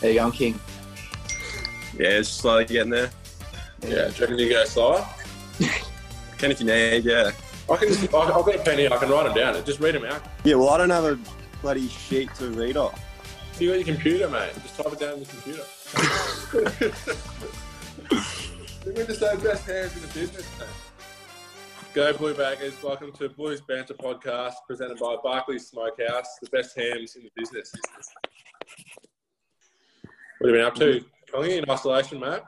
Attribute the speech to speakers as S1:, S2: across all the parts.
S1: There you go, I'm king.
S2: Yeah, it's slowly getting there.
S3: Yeah, do you reckon you go slower?
S2: Can if you need, yeah.
S3: I can. I've got a pen here. I can write them down. Just read them out.
S4: Yeah, well, I don't have a bloody sheet to read off.
S3: You got your computer, mate. Just type it down on the computer. We're going to say best hands in the business, mate. Go Blue Baggers. Welcome to Blues Banter Podcast, presented by Barclays Smokehouse, the best hams in the business. What have you been up to? Congy in isolation, mate.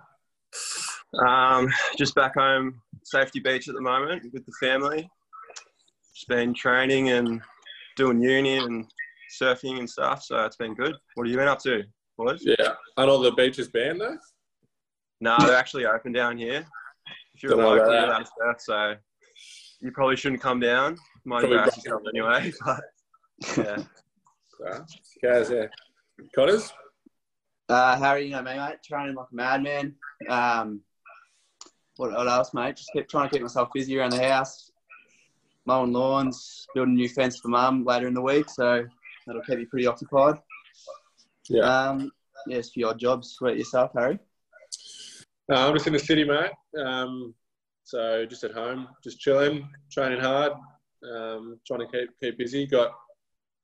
S2: Um, just back home, Safety Beach at the moment with the family. Just been training and doing uni and surfing and stuff, so it's been good. What have you been up to, boys?
S3: Yeah. Aren't all the beaches banned though?
S2: No, they're actually open down here. If you're
S3: Don't
S2: a
S3: know
S2: local,
S3: about
S2: you're
S3: that.
S2: allowed to surf, so you probably shouldn't come down. Might
S3: Probably
S2: embarrass
S3: rough.
S2: yourself anyway, but yeah.
S3: So, guys, yeah. Connors.
S1: Uh, how are you going, mate? mate? Training like a madman. Um, what, what else, mate? Just keep trying to keep myself busy around the house, mowing lawns, building a new fence for mum later in the week, so that'll keep you pretty occupied.
S3: Yeah.
S1: Um, yeah, it's a few odd jobs. What about yourself, Harry?
S3: Uh, I'm just in the city, mate. Um, so just at home, just chilling, training hard, um, trying to keep keep busy. Got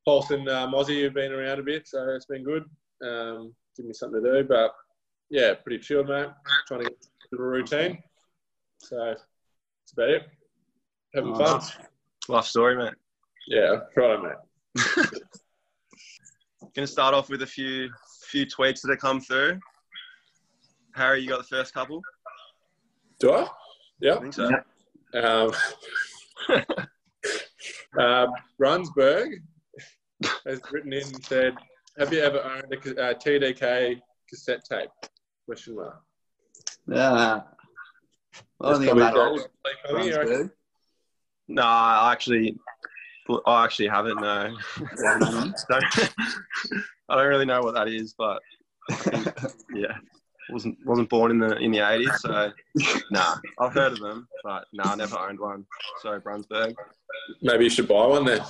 S3: Pulse and uh, Mozzie who've been around a bit, so it's been good. Um, give me something to do, but yeah, pretty chilled, mate. Trying to get into a routine. So that's about it. Having fun.
S1: Nice.
S2: Life story, mate.
S3: Yeah, right, mate.
S2: Gonna start off with a few few tweets that have come through. Harry, you got the first couple?
S3: Do I? Yeah.
S2: I think so.
S1: Yeah.
S3: Um, uh, Brunsberg has written in and said, "Have you ever owned a ca- uh, TDK cassette tape?" Question mark.
S1: Yeah. Well, I don't think I'm that
S3: That's probably
S1: old.
S3: the- Like, oh, yeah,
S1: Brunsberg.
S2: No, I actually, I actually haven't. No,
S1: Well done,
S2: Don't- I don't really know what that is, but I think, yeah, wasn't wasn't born in the in the eighties, so nah, I've heard of them, but nah, never owned one. Sorry, Brunsberg.
S3: Maybe you should buy one then.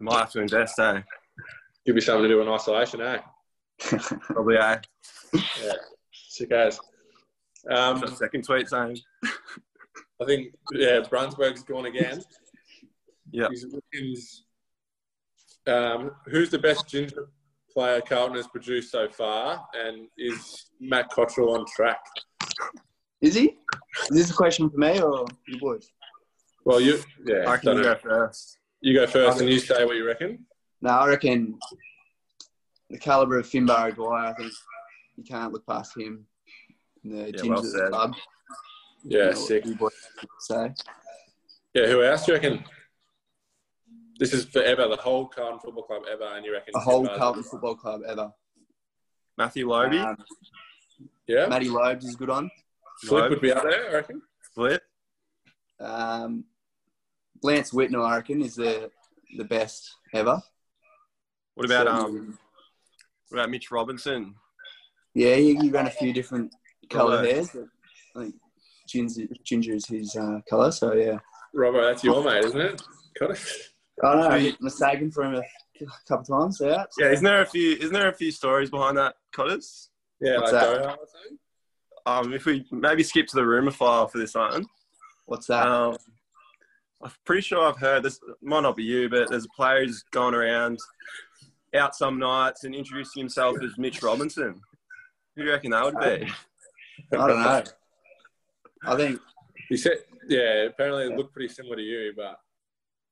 S2: Might have to invest, eh?
S3: Give you something to do in isolation, eh?
S2: Probably, eh?
S3: Yeah. Sick as.
S2: Got
S3: Um,
S2: a second tweet saying,
S3: I think yeah, Brunsberg's gone again.
S2: Yeah.
S3: He's written, um, who's the best ginger player Carlton has produced so far, and is Matt Cottrell on track?
S1: Is he? Is this a question for me or you boys?
S3: Well, you yeah,
S2: I
S3: don't
S2: can
S3: know.
S2: go first.
S3: You go first, and you say what you reckon.
S1: No, I reckon the caliber of Finbar O'Dwyer, I think you can't look past him. The
S2: Yeah,
S1: ginger
S2: well
S1: of the
S2: said.
S1: club.
S3: Yeah,
S1: You know,
S3: sick.
S1: you boys say.
S3: Yeah, who else do you reckon? This is forever, the whole Carlton Football Club ever, and you reckon
S1: A whole
S3: Kimbar's-
S1: Carlton football club ever.
S2: Matthew Lobe,
S3: Uh,
S1: Um,
S3: Yeah,
S1: Matty Lobes is good on.
S3: Flip
S2: Lobe.
S3: would be up there, I reckon.
S2: Flip,
S1: Um, Lance Whitnell, I reckon, is the the best ever.
S2: What about
S1: So-
S2: um? What about Mitch Robinson?
S1: Yeah, he, he ran a few different colour
S2: Righto.
S1: hairs. But I think ginger, ginger is his uh, colour, so yeah.
S3: Robbo, that's your mate, isn't it? Got it.
S1: I don't know, I got mistaken for him a couple times out.
S2: Yeah, isn't there a few? Isn't there a few stories behind that, Cotters?
S3: Yeah,
S1: What's
S3: like
S1: that?
S3: Doha or something.
S2: Um, if we maybe skip to the rumor file for this one.
S1: What's that?
S2: Um, I'm pretty sure I've heard this. Might not be you, but there's a player who's gone around out some nights and introducing himself as Mitch Robinson. Who do you reckon that would be?
S1: I don't know. I think
S3: He said, yeah, apparently it looked pretty similar to you, but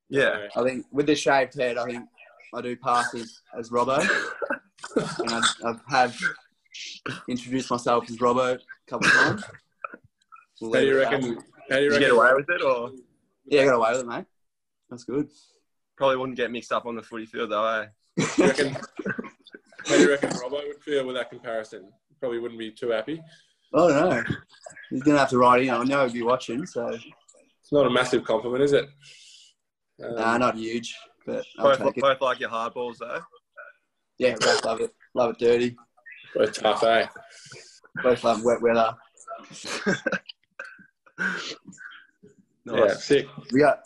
S2: Yeah,
S1: I think with the shaved head, I think I do pass as, as Robbo. and I've, I've have introduced myself as Robbo a couple of times. We'll
S3: how do
S1: leave
S3: you
S1: it at that.
S3: reckon? How
S2: did
S3: do you
S2: you
S3: reckon?
S2: get away with it, or
S1: Yeah, I got away with it, mate. That's good.
S2: probably wouldn't get mixed up on the footy field though? Eh?
S3: do you reckon how do you reckon Robbo would feel with that comparison? Probably wouldn't be too happy.
S1: I don't know. He's going to have to write in. I know he'll be watching, so
S3: It's not a massive compliment, is it? Um,
S1: nah, not huge, but I'll
S2: Both,
S1: take it.
S2: both like your hard balls though.
S1: Yeah, both love it. Love it dirty.
S3: Both tough, eh?
S1: Both love wet weather.
S3: Yeah,
S2: Nice.
S3: sick.
S1: We got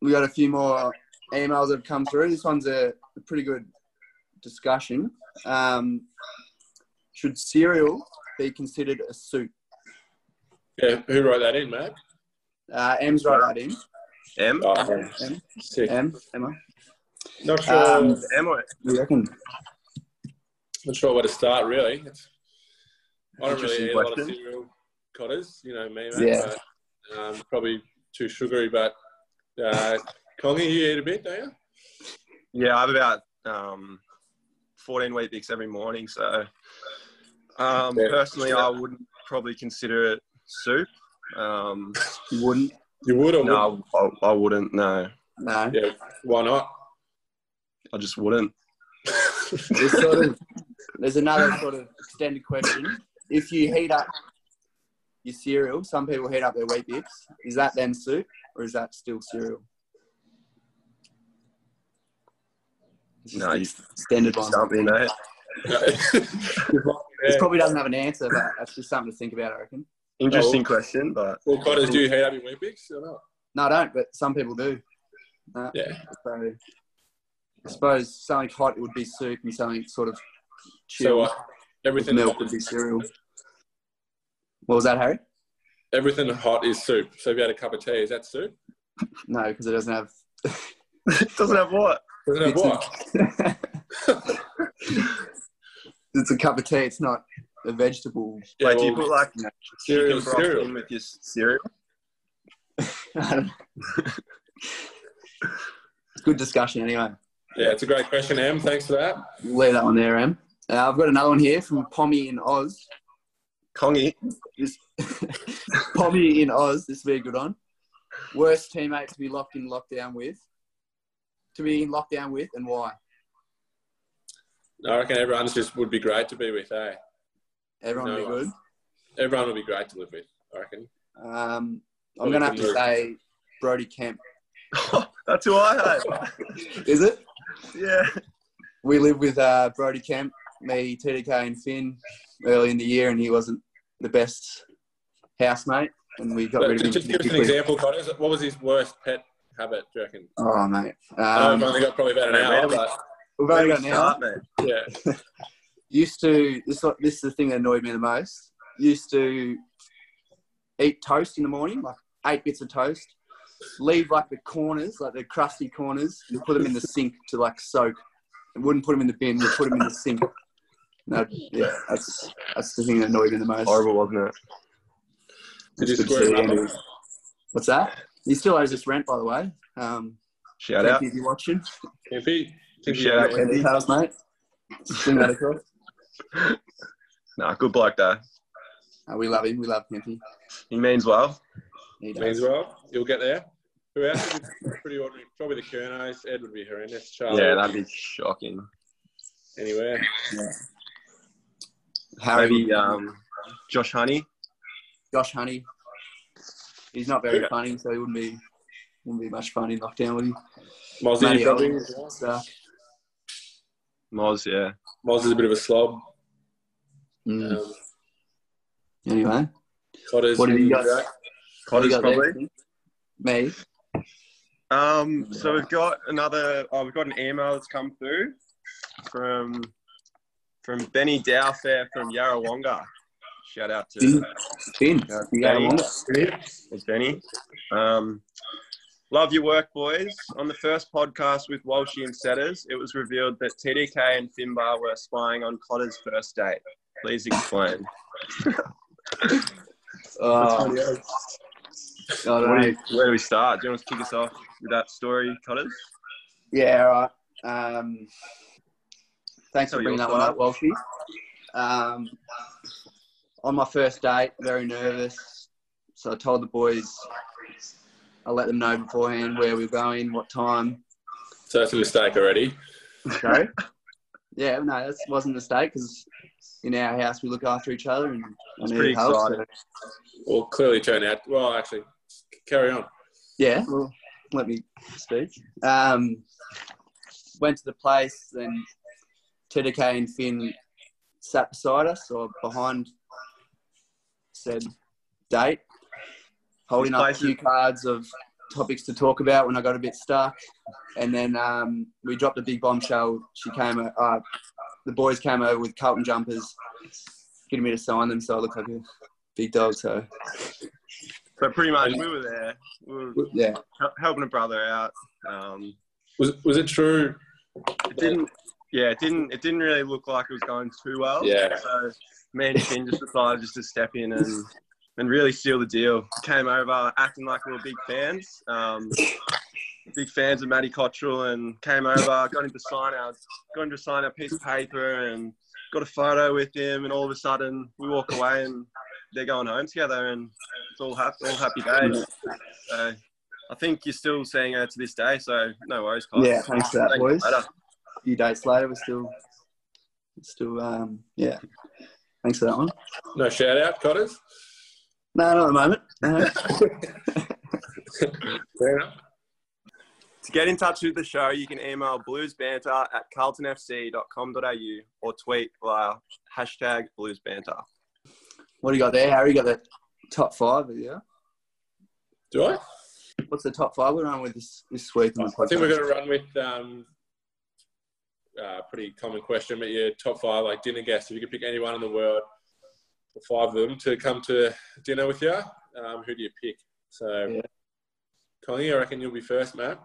S1: we got a few more emails that have come through. This one's a pretty good discussion. Um, Should cereal be considered a soup?
S3: Yeah, who wrote that in, Matt?
S1: Uh, M's right that in.
S2: M?
S3: Oh, um,
S1: M.
S3: sick.
S1: M. Emma.
S3: Not sure.
S1: Um,
S2: M or
S1: What do you reckon?
S3: not sure where to start, really. It's, I don't
S2: Interesting
S3: really eat a lot of
S2: question.
S3: cereal cotters, you know me, mate.
S1: Yeah.
S3: But, um, probably too sugary, but uh, Kongi, you eat a bit, don't you?
S2: Yeah, I have about um, 14 wheat bix every morning. So, um,
S3: Yeah.
S2: personally, I wouldn't probably consider it soup. Um,
S1: You wouldn't?
S3: You would or wouldn't?
S2: no, I, I wouldn't. No,
S1: No.
S3: Yeah, why not?
S2: I just wouldn't.
S1: There's sort of there's another sort of extended question. If you heat up your cereal, some people heat up their wheat bix. Is that then soup or is that still cereal? It's just
S2: No,
S1: an
S2: you-
S1: extended one.
S2: Something, mate.
S1: This
S3: yeah.
S1: probably doesn't have an answer, but that's just something to think about, I reckon.
S2: Interesting question, but
S3: Well, cotters do you heat up your wheat bix or not?
S1: No, I don't, but some people do. No.
S3: Yeah.
S1: So I suppose something hot would be soup and something sort of
S3: So
S1: chilled
S3: what?
S1: with
S3: Everything
S1: milk would be cereal. What was that, Harry?
S3: Everything hot is soup. So if you had a cup of tea, is that soup?
S1: No, because it doesn't have
S2: it doesn't have what?
S3: Doesn't it
S1: It's
S3: what?
S1: it's a cup of tea. It's not a vegetable.
S3: Yeah,
S2: like, do you
S3: well,
S2: put like
S1: no.
S2: cereal
S3: cereal,
S2: broth in
S3: cereal.
S2: with your s- cereal?
S1: I don't know. it's good discussion anyway.
S3: Yeah, it's a great question, Em. Thanks for that.
S1: We'll leave that one there, Em. Uh, I've got another one here from Pommy in Oz.
S2: Kongi,
S1: This Pommy in Oz. This would be a good one. Worst teammate to be locked in lockdown with. To be in lockdown with, and why?
S3: I reckon everyone's just would be great to be with, eh?
S1: Everyone
S3: No
S1: be good.
S3: Everyone would be great to live with, I reckon.
S1: Um, I'm
S3: Probably
S1: gonna have to
S3: couldn't
S1: say Brody Kemp.
S2: that's who I
S1: Is it?
S2: had. Yeah.
S1: we live with uh, Brody Kemp, me, TDK, and Finn early in the year, and he wasn't the best housemate, and we got rid of him.
S3: just give us an
S1: quickly.
S3: example, Connors. What was his worst pet habit, do you reckon?
S1: Oh, mate.
S3: I know
S1: Um,
S3: we've only got probably about an
S2: Mate,
S3: hour,
S2: mate.
S3: but
S1: we've
S2: Where
S1: only got
S2: do we
S1: an hour.
S2: start, mate?
S3: yeah.
S1: Used to, this, this is the thing that annoyed me the most. Used to eat toast in the morning, like eight bits of toast, leave like the corners, like the crusty corners, and put them in the sink to like soak. And wouldn't put them in the bin, would put them in the sink. No, yeah, that's, that's the thing that annoyed me the most.
S2: Horrible, wasn't it?
S3: Did you
S1: Good
S3: square
S1: to
S3: him
S1: see
S3: up?
S1: What's that? He still owes us rent, by the way. Um,
S2: Shout
S1: thank
S2: out.
S1: you if you're watching.
S3: Impy? Think
S2: Shout out.
S3: you-
S1: Any details, mate? Swing that across.
S2: Nah, good bloke though.
S1: Uh, we love him. We love Pimpy.
S2: He means well.
S1: He does.
S3: Means well. You'll get there. Who else? would be Pretty ordinary. Probably the Kernos. Ed would be horrendous. Charlie.
S2: Yeah, that'd be shocking.
S3: Anywhere.
S1: Harry,
S2: Maybe um, Josh Honey.
S1: Josh Honey. He's not very funny, so he wouldn't be wouldn't be much fun in lockdown, would he?
S3: Mozzie
S1: Matty
S3: probably.
S1: Owens. So,
S2: Moz, yeah.
S3: Mozzie's a bit of a slob.
S1: mm,
S3: Um,
S1: Anyway,
S3: Cotters.
S1: What have you got? What do
S2: Cotter's
S1: you got
S2: probably.
S1: there? me.
S2: Um, so we've got another. Oh, we've got an email that's come through from from Benny Dowfair from Yarrawonga. Shout out to
S1: Finn, Finn, you got
S2: Benny.
S1: one?
S2: It's Benny. Um, love your work, boys. On the first podcast with Walshy and Setters, it was revealed that TDK and Finbar were spying on Cotter's first date. Please explain.
S1: Oh, God, I
S2: Where
S1: don't
S2: eh? do, you- where do we start? Do you want to kick us off with that story, Cotters?
S1: Yeah, all right. Um, thanks
S2: So
S1: for bringing
S2: you're
S1: that one up, Walshy. Um, on my first date, very nervous. So I told the boys, I let them know beforehand where we were going, what time.
S3: So that's a mistake already.
S1: So, yeah, no, that wasn't a mistake because in our house we look after each other and I
S2: pretty
S1: need help. so-
S3: Well, clearly turned out. Well, actually, carry on.
S1: Yeah, well, let me speak. Um, went to the place, and TDK and Finn sat beside us or behind said date, holding
S2: This
S1: up
S2: place is-
S1: cue cards of topics to talk about when I got a bit stuck. And then um, we dropped a big bombshell. She came, uh, the boys came over with Carlton jumpers, getting me to sign them, so I look like a big dog. So
S2: So pretty much we were there. We were
S1: yeah,
S2: hel- helping a brother out. Um,
S3: Was was it true?
S2: it didn't yeah, it didn't it didn't really look like it was going too
S1: Oh.
S2: well.
S3: Yeah.
S2: So me and Finn just decided just to step in and and really seal the deal. Came over acting like we were big fans. Um, big fans of Matty Cottrell and came over, got him to sign our got him to sign our piece of paper and got a photo with him and all of a sudden we walk away and they're going home together and it's all happy all happy days. So I think you're still seeing her to this day, so no worries, Kyle.
S1: Yeah, thanks for that,
S2: Thank you
S1: boys.
S2: later.
S1: a few days later, we're still, still, um, yeah. Thanks for that one.
S3: No shout out, Cotters.
S1: No, not at the moment. Uh, No.
S3: Fair enough.
S2: To get in touch with the show, you can email bluesbanter at carltonfc.com.au or tweet via hashtag bluesbanter.
S1: what do you got there, Harry? You got the top five, yeah?
S3: Do I?
S1: What's the top five we're on with this, this week? On the
S3: I think
S1: podcast?
S3: we're going to run with um, a pretty common question, but your top five, like dinner guests. If you could pick anyone in the world, the five of them, to come to dinner with you, um, who do you pick? So,
S1: Yeah.
S3: Connie, I reckon you'll be first, Matt.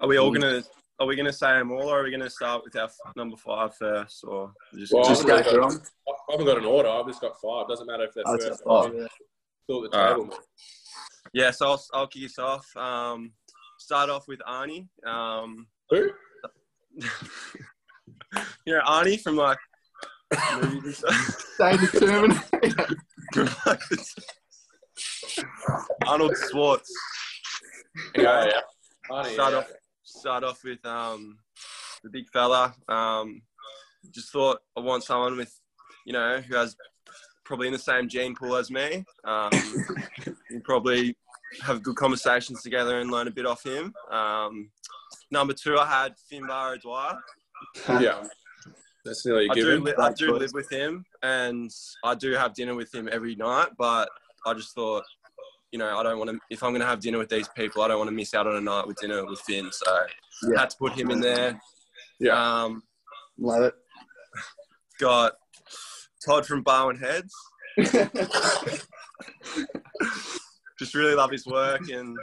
S2: Are we all gonna are we gonna say them all or are we gonna start with our f- number five first or just,
S3: Well,
S1: Just go through 'em.
S3: I I haven't got an order. I've just got five. Doesn't matter if they're
S1: Oh, it's
S3: first.
S1: a five.
S3: Fill the
S2: All
S3: table. mate.
S2: yeah, so I'll, I'll kick us off. Um, start off with Arnie. Um,
S3: Who?
S2: you know Arnie from like movies and stuff.
S1: Stay determined.
S2: Arnold Schwartz.
S3: Yeah, yeah. Arnie,
S2: Start
S3: yeah.
S2: off. Start off with um, the big fella. Um, just thought I want someone with, you know, who has probably in the same gene pool as me. Um, you probably have good conversations together and learn a bit off him. Um, number two, I had Finbar O'Dwyer.
S3: Yeah. That's nearly
S2: I do,
S3: given.
S2: li- I do live with him, and I do have dinner with him every night. But I just thought, you know, I don't want to. If I'm going to have dinner with these people, I don't want to miss out on a night with dinner with Finn. So
S1: Yeah.
S2: had to put him in there.
S3: Yeah.
S2: Um,
S1: Love
S2: got Todd from Barwon Heads.
S1: it.
S2: Just really love his work, and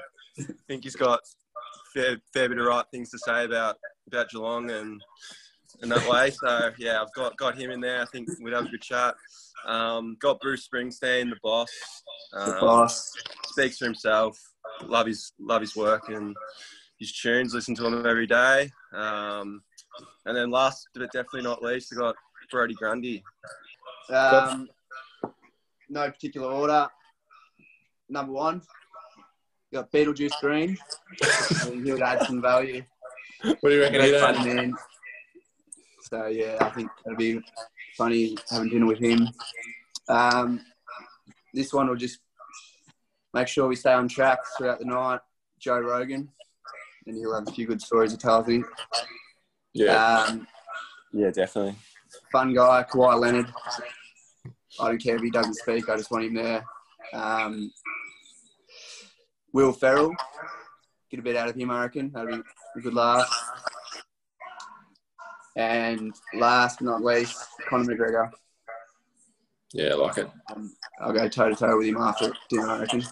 S2: think he's got fair fair bit of right things to say about about Geelong and and that way. So yeah, I've got got him in there. I think we'd have a good chat. Um, got Bruce Springsteen, the boss.
S1: the
S2: Um,
S1: boss.
S2: speaks for himself. Love his love his work and his tunes. Listen to him every day. Um, and then last but definitely not least, I got Brody Grundy.
S1: Um, no particular order. Number one, you got Beetlejuice Green. And he'll add some value.
S3: What do you reckon?
S1: Great
S3: He'd add?
S1: funny man. So yeah, I think that'll be funny having dinner with him. Um, this one will just make sure we stay on track throughout the night. Joe Rogan, and he'll have a few good stories to tell. I think.
S3: Yeah.
S1: Um,
S2: Yeah, definitely.
S1: fun guy, Kawhi Leonard. I don't care if he doesn't speak. I just want him there. Um, Will Ferrell, get a bit out of him. I reckon that'd be a good laugh. And last but not least, Conor McGregor.
S3: Yeah, I like it.
S1: Um, I'll go toe to toe with him after dinner. I reckon.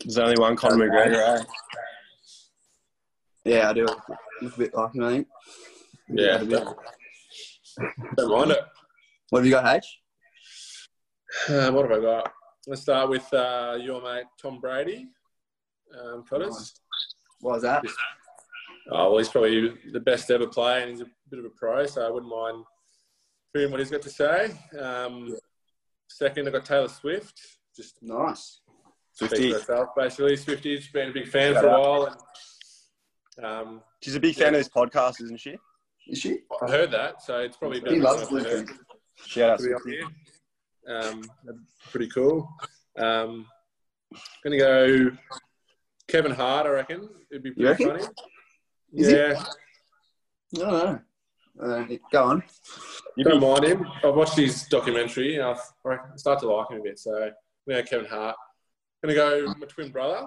S2: There's only one Conor McGregor. eh?
S1: Yeah, I do look a bit like him. I think.
S3: Yeah. Don't, don't mind it.
S1: What have you got, H?
S3: Um, what have I got? Let's start with uh, your mate Tom Brady. Um, Cotters.
S1: What was that?
S3: Oh, well, he's probably the best ever player, and he's a bit of a pro, so I wouldn't mind hearing what he's got to say. Um, second, I got Taylor Swift. Just
S1: Nice.
S3: speaks for herself, basically. Swifty's been a big fan for a while, and um,
S2: She's a big fan of this podcast, isn't she?
S1: Is she?
S3: I heard that, so it's probably
S1: He
S3: been
S1: loves listening.
S2: Shout out.
S3: to be on here. Um, pretty cool. Um, gonna go Kevin Hart. I reckon it'd be
S1: You
S3: pretty
S1: reckon?
S3: funny.
S1: Is he-
S3: yeah,
S1: I don't know. Uh, go on.
S3: don't mind him. I've watched his documentary and I I start to like him a bit. So you know, Kevin Hart. Gonna go my twin brother.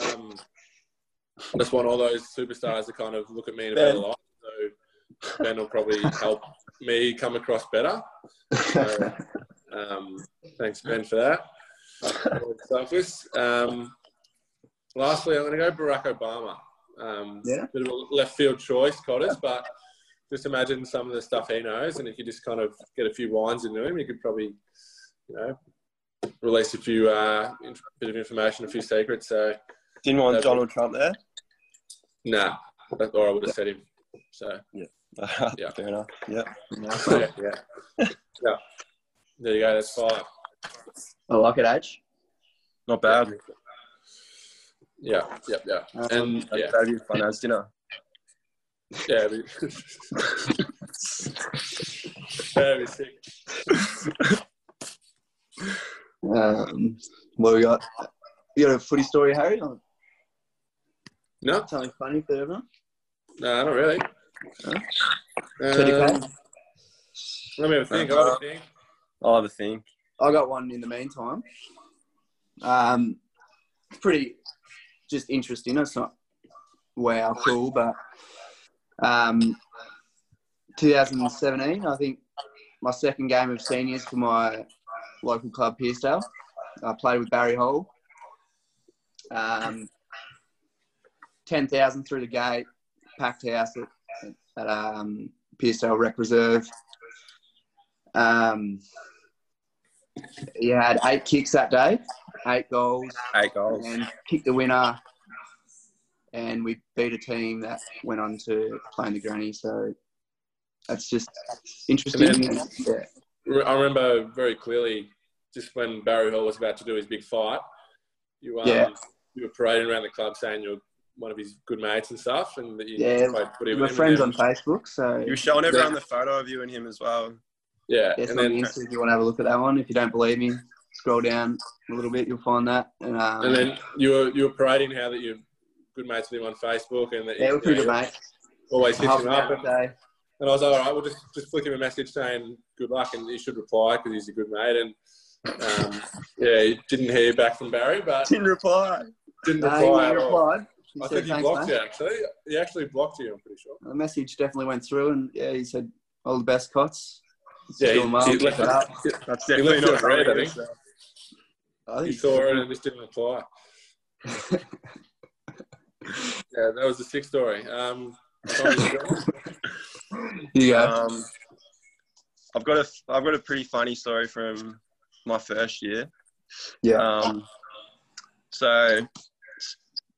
S3: Um, I just want all those superstars to kind of look at me in a better
S2: Ben.
S3: light. So Ben will probably help me come across better. So, Uh, um, thanks, Ben, for that. Selfless. Um, lastly, I'm going to go Barack Obama. Um,
S1: Yeah.
S3: Bit of a left field choice, Cottis, but just imagine some of the stuff he knows, and if you just kind of get a few wines into him, you could probably, you know, release a few uh, inf- bit of information, a few secrets. So,
S2: Didn't want
S3: That's-
S2: Donald Trump there.
S3: nah, that- or I would have said him. So, Yeah.
S2: Fair enough. Yeah.
S3: yeah, yeah, yeah. There you go. That's five.
S1: I like it, H.
S2: Not bad.
S3: Yeah, yeah, yeah.
S1: Um,
S3: And yeah,
S2: That'd be fun as dinner.
S3: yeah. We, That'd be sick.
S1: Um, what we got? You got a footy story, Harry? Or
S3: No,
S1: something funny for everyone?
S3: no, not really.
S1: Huh? Teddy Uh-huh.
S3: Um,
S1: Pat?
S3: let me have a think. I'll have a think.
S2: I'll have a think.
S1: I got one in the meantime. Um, it's pretty just interesting. It's not wow cool, but um, 2017, I think my second game of seniors for my local club, Piersdale. I played with Barry Hall. Um, 10,000 through the gate, packed house at, at um, Piersdale Rec Reserve. Um, he had eight kicks that day, eight goals,
S2: Eight goals.
S1: and kicked the winner. And we beat a team that went on to play in the granny. So that's just interesting.
S3: And then-
S1: yeah.
S3: Re- I remember very clearly just when Barry Hall was about to do his big fight. You um,
S1: Yeah.
S3: you were parading around the club saying you're one of his good mates and stuff, and that you
S1: Yeah,
S3: played footy
S1: We
S3: with
S1: We're
S3: him
S1: friends on
S3: and-
S1: Facebook, so
S2: You were showing everyone the photo of you and him as well.
S3: Yeah,
S1: yes,
S3: and
S1: on
S3: then
S1: Insta if you want to have a look at that one. If you don't believe me, scroll down a little bit, you'll find that. And, um,
S3: and then you were you were parading how that you're good mates with him on Facebook, and that
S1: yeah,
S3: you,
S1: we're pretty
S3: you
S1: good
S3: know,
S1: mates.
S3: always hits
S1: Half
S3: him
S1: an
S3: up.
S1: hour a
S3: And,
S1: day.
S3: And I was like, all right, we'll just, just flick him a message saying good luck, and he should reply because he's a good mate. And um, yeah, he didn't hear back from Barry, but
S2: Didn't reply.
S3: didn't
S1: No, he
S3: reply. at all.
S1: replied. He
S3: I
S1: said,
S3: think he
S1: "Thanks,
S3: blocked
S1: mate."
S3: you actually. He actually blocked you. I'm pretty sure.
S1: The message definitely went through, and yeah, he said, "All the best, Cots."
S3: Yeah,
S1: Still
S3: he,
S1: mild,
S3: he left
S1: keep it
S3: it.
S1: up.
S2: That's
S3: He
S2: definitely
S3: left
S2: not
S3: it
S2: right.
S3: red. I think
S1: I
S3: he
S1: think
S3: saw it and just didn't reply. yeah, that was the sixth story. Um,
S1: yeah.
S2: Um, I've got a I've got a pretty funny story from my first year.
S1: Yeah.
S2: Um, so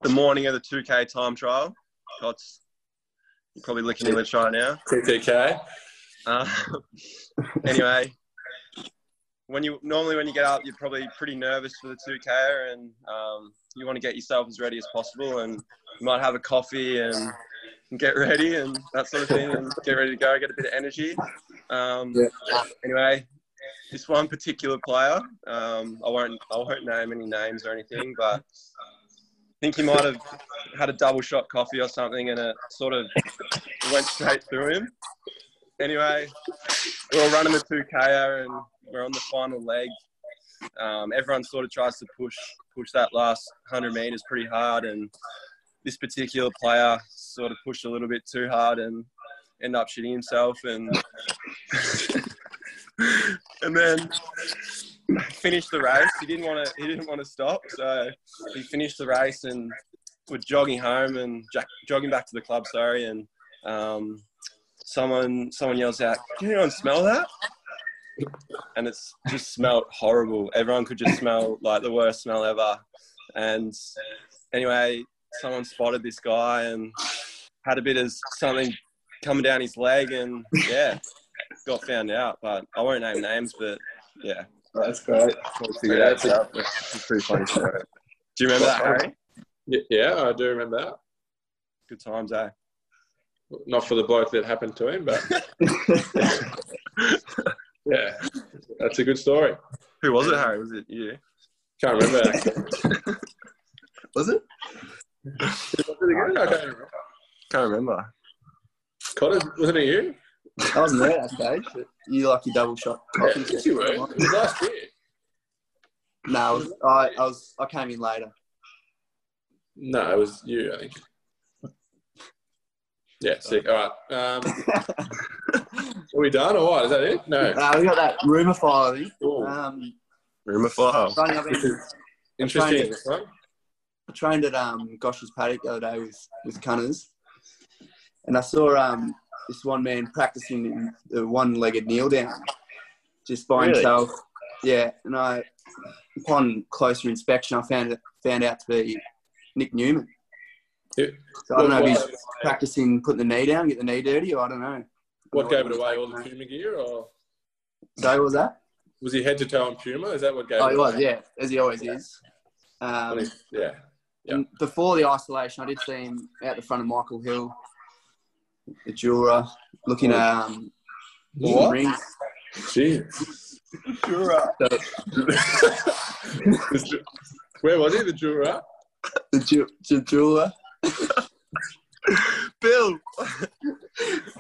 S2: the morning of the 2K time trial, God's you're probably licking your lips right now.
S3: TTK.
S2: Uh, anyway, when you normally when you get up, you're probably pretty nervous for the 2K, and um, you want to get yourself as ready as possible, and you might have a coffee and get ready and that sort of thing, and get ready to go, get a bit of energy. Um,
S1: Yeah.
S2: Anyway, this one particular player, um, I won't I won't name any names or anything, but I think he might have had a double shot coffee or something, and it sort of went straight through him anyway, we we're running the 2K and we're on the final leg. Um, everyone sort of tries to push push that last 100 meters pretty hard, and this particular player sort of pushed a little bit too hard and ended up shitting himself. And and then finished the race. He didn't want to. He didn't want to stop, so he finished the race and we're jogging home and jack, jogging back to the club. Sorry, and um, someone someone yells out, "Can anyone smell that?" And it's just smelled horrible. Everyone could just smell like the worst smell ever. And anyway, someone spotted this guy and had a bit of something coming down his leg, and yeah, got found out. But I won't name names, but yeah,
S1: That's great.
S2: figured out stuff. It's a pretty funny story. Do you remember that, Harry?
S3: Y- Yeah, I do remember that.
S2: Good times, eh?
S3: Not for the bloke that happened to him, but yeah, that's a good story.
S2: Who was it, Harry? Was it you?
S3: Can't remember. actually.
S1: was it?
S3: I can't remember.
S2: Can't remember.
S3: Cottis, wasn't it you?
S1: I wasn't there at that stage. but You like your double shot.
S3: Yeah,
S1: coffee.
S3: yes, you were. It was last year.
S1: No, I, was, I, I was. I came in later.
S3: No, it was you, I think. Yeah, sick. All right. Um, Are we done or what? Is that it? No.
S1: Uh, we got that rumor file, I think.
S3: Cool.
S1: Um,
S2: Rumor
S3: Oh.
S2: file.
S1: signing up in-
S3: Interesting. this one.
S1: I trained at um, Gosh's paddock the other day with with Cunners, and I saw um, this one man practicing the one-legged kneel down, just by
S2: Really?
S1: himself. Yeah, and I, upon closer inspection, I found it found out to be Nick Newman.
S3: Yeah.
S1: So I don't know if he's
S3: What-
S1: practicing putting the knee down, get the knee dirty, or I don't know.
S3: What gave it away? All the Puma gear, or
S1: So what was that?
S3: was he head to toe in Puma? Is that what gave?
S1: Oh,
S3: it
S1: he was,
S3: away?
S1: yeah, as he always is. Um,
S3: Yeah. Yeah.
S1: And before the isolation, I did see him out the front of Michael Hill, the jeweler, looking at um,
S3: What?
S1: rings.
S3: Jeez.
S4: Sure. uh,
S3: The ju- Where was he? The Jura?
S1: The, ju- the jeweler.
S2: Bill,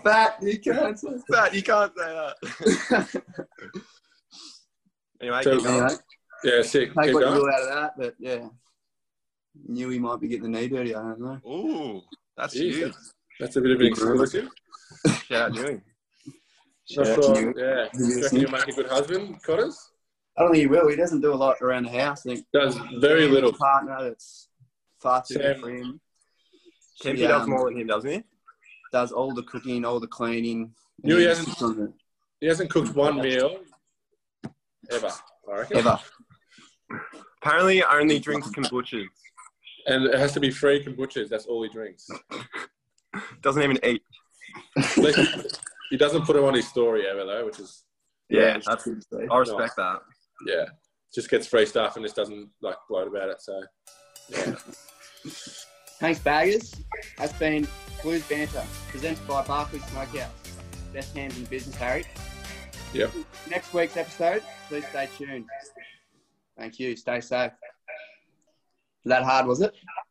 S1: Fat, you can't.
S2: that you can't say that. Anyway,
S3: So-
S2: keep going.
S1: anyway,
S3: Yeah,
S1: take
S3: sick. Keep
S1: what you
S3: going.
S1: will out of that, but yeah. Knew he might be getting the knee dirty, I don't know.
S2: Ooh, that's
S3: Jeez,
S2: huge.
S3: that's, that's a bit of an exclusive.
S2: Shout out Newey.
S3: I
S1: Yeah,
S3: thought,
S1: you-
S3: yeah. Do you reckon you'll make a good husband, Connors?
S1: I don't think he will. He doesn't do a lot around the house. I think
S3: Does very
S1: Sam's
S3: little.
S1: a partner that's far too
S3: Sam.
S1: good for him. She,
S2: Kempy does
S1: um,
S2: more than him, doesn't he?
S1: Does all the cooking, all the cleaning.
S3: Knew he
S1: and
S3: hasn't-
S1: sits on the-
S3: He hasn't cooked one meal ever, I reckon.
S1: Ever.
S2: Apparently, only drinks kombucha.
S3: And it has to be free kombuchas. That's all he drinks.
S2: Doesn't even eat.
S3: Like, he doesn't put them on his story ever though, which is
S2: Yeah,
S1: that's what I'm
S2: I respect that.
S3: yeah, just gets free stuff and just doesn't like bloat about it. So
S1: Thanks, Baggers. That's been Blues Banter, presented by Barclays Smokehouse. Best hands in business, Harry.
S3: Yep.
S1: Next week's episode, please stay tuned. Thank you. Stay safe. That hard, was it?